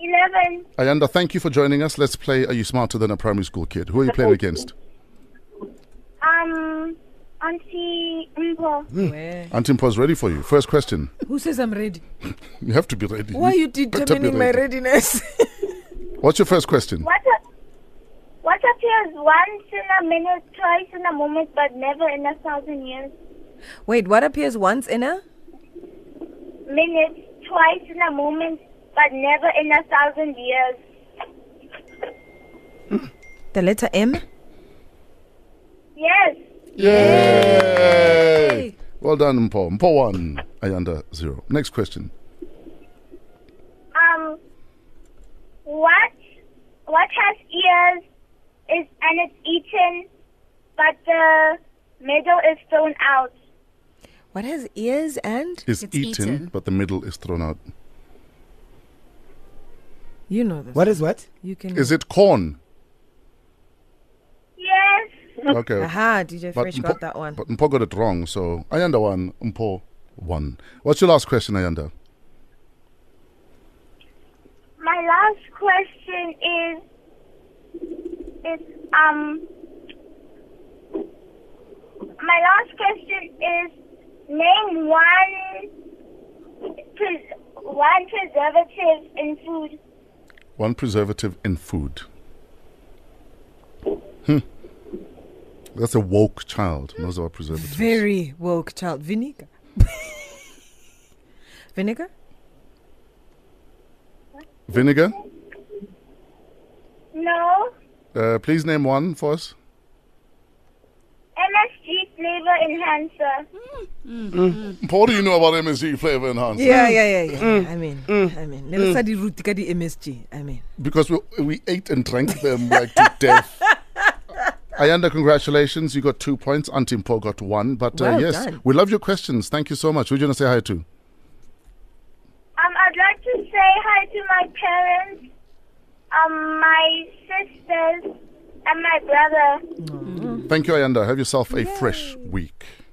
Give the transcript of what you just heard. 11. Ayanda, thank you for joining us. Let's play Are You Smarter Than a Primary School Kid? Who are you playing against? Um, Auntie Mbo. Where? Antimpo's ready for you. First question. Who says I'm ready? You have to be ready. Why are you better be determining my ready. readiness? What's your first question? What, a, what appears once in a minute, twice in a moment, but never in a thousand years? Wait, what appears once in a? Minutes, twice in a moment, but never in a thousand years. The letter M? Yes. Yay! Well done, Mpo. Mpo one, Ayanda zero. Next question. Um, what, what has ears is, and it's eaten, but the middle is thrown out? What has ears and? Is It's eaten, eaten. but the middle is thrown out. You know this. What is what? You can. Is it corn? Yes. Okay. Aha, DJ Fresh got that one. But Mpo got it wrong, so Ayanda one, Mpo one. What's your last question, Ayanda? My last question is is um my last question is name one pres- one preservative in food. One preservative in food. Hmm. That's a woke child. Knows about preservatives. Very woke child. Vinegar. Vinegar? Vinegar. No Uh, please name one for us. MSG flavor enhancer. Mpo, what do you know about MSG flavor enhancer? Yeah, yeah, yeah, yeah. I mean, I mean. Never study root ka di MSG. I mean. Because we, we ate and drank them like to death. Ayanda, congratulations. You got two points. Auntie Mpo got one. But uh, Well yes, done. we love your questions. Thank you so much. Who do you want to say hi to? Um I'd like to say hi to my parents, um my sisters and my brother. Thank you, Ayanda. Have yourself a fresh week.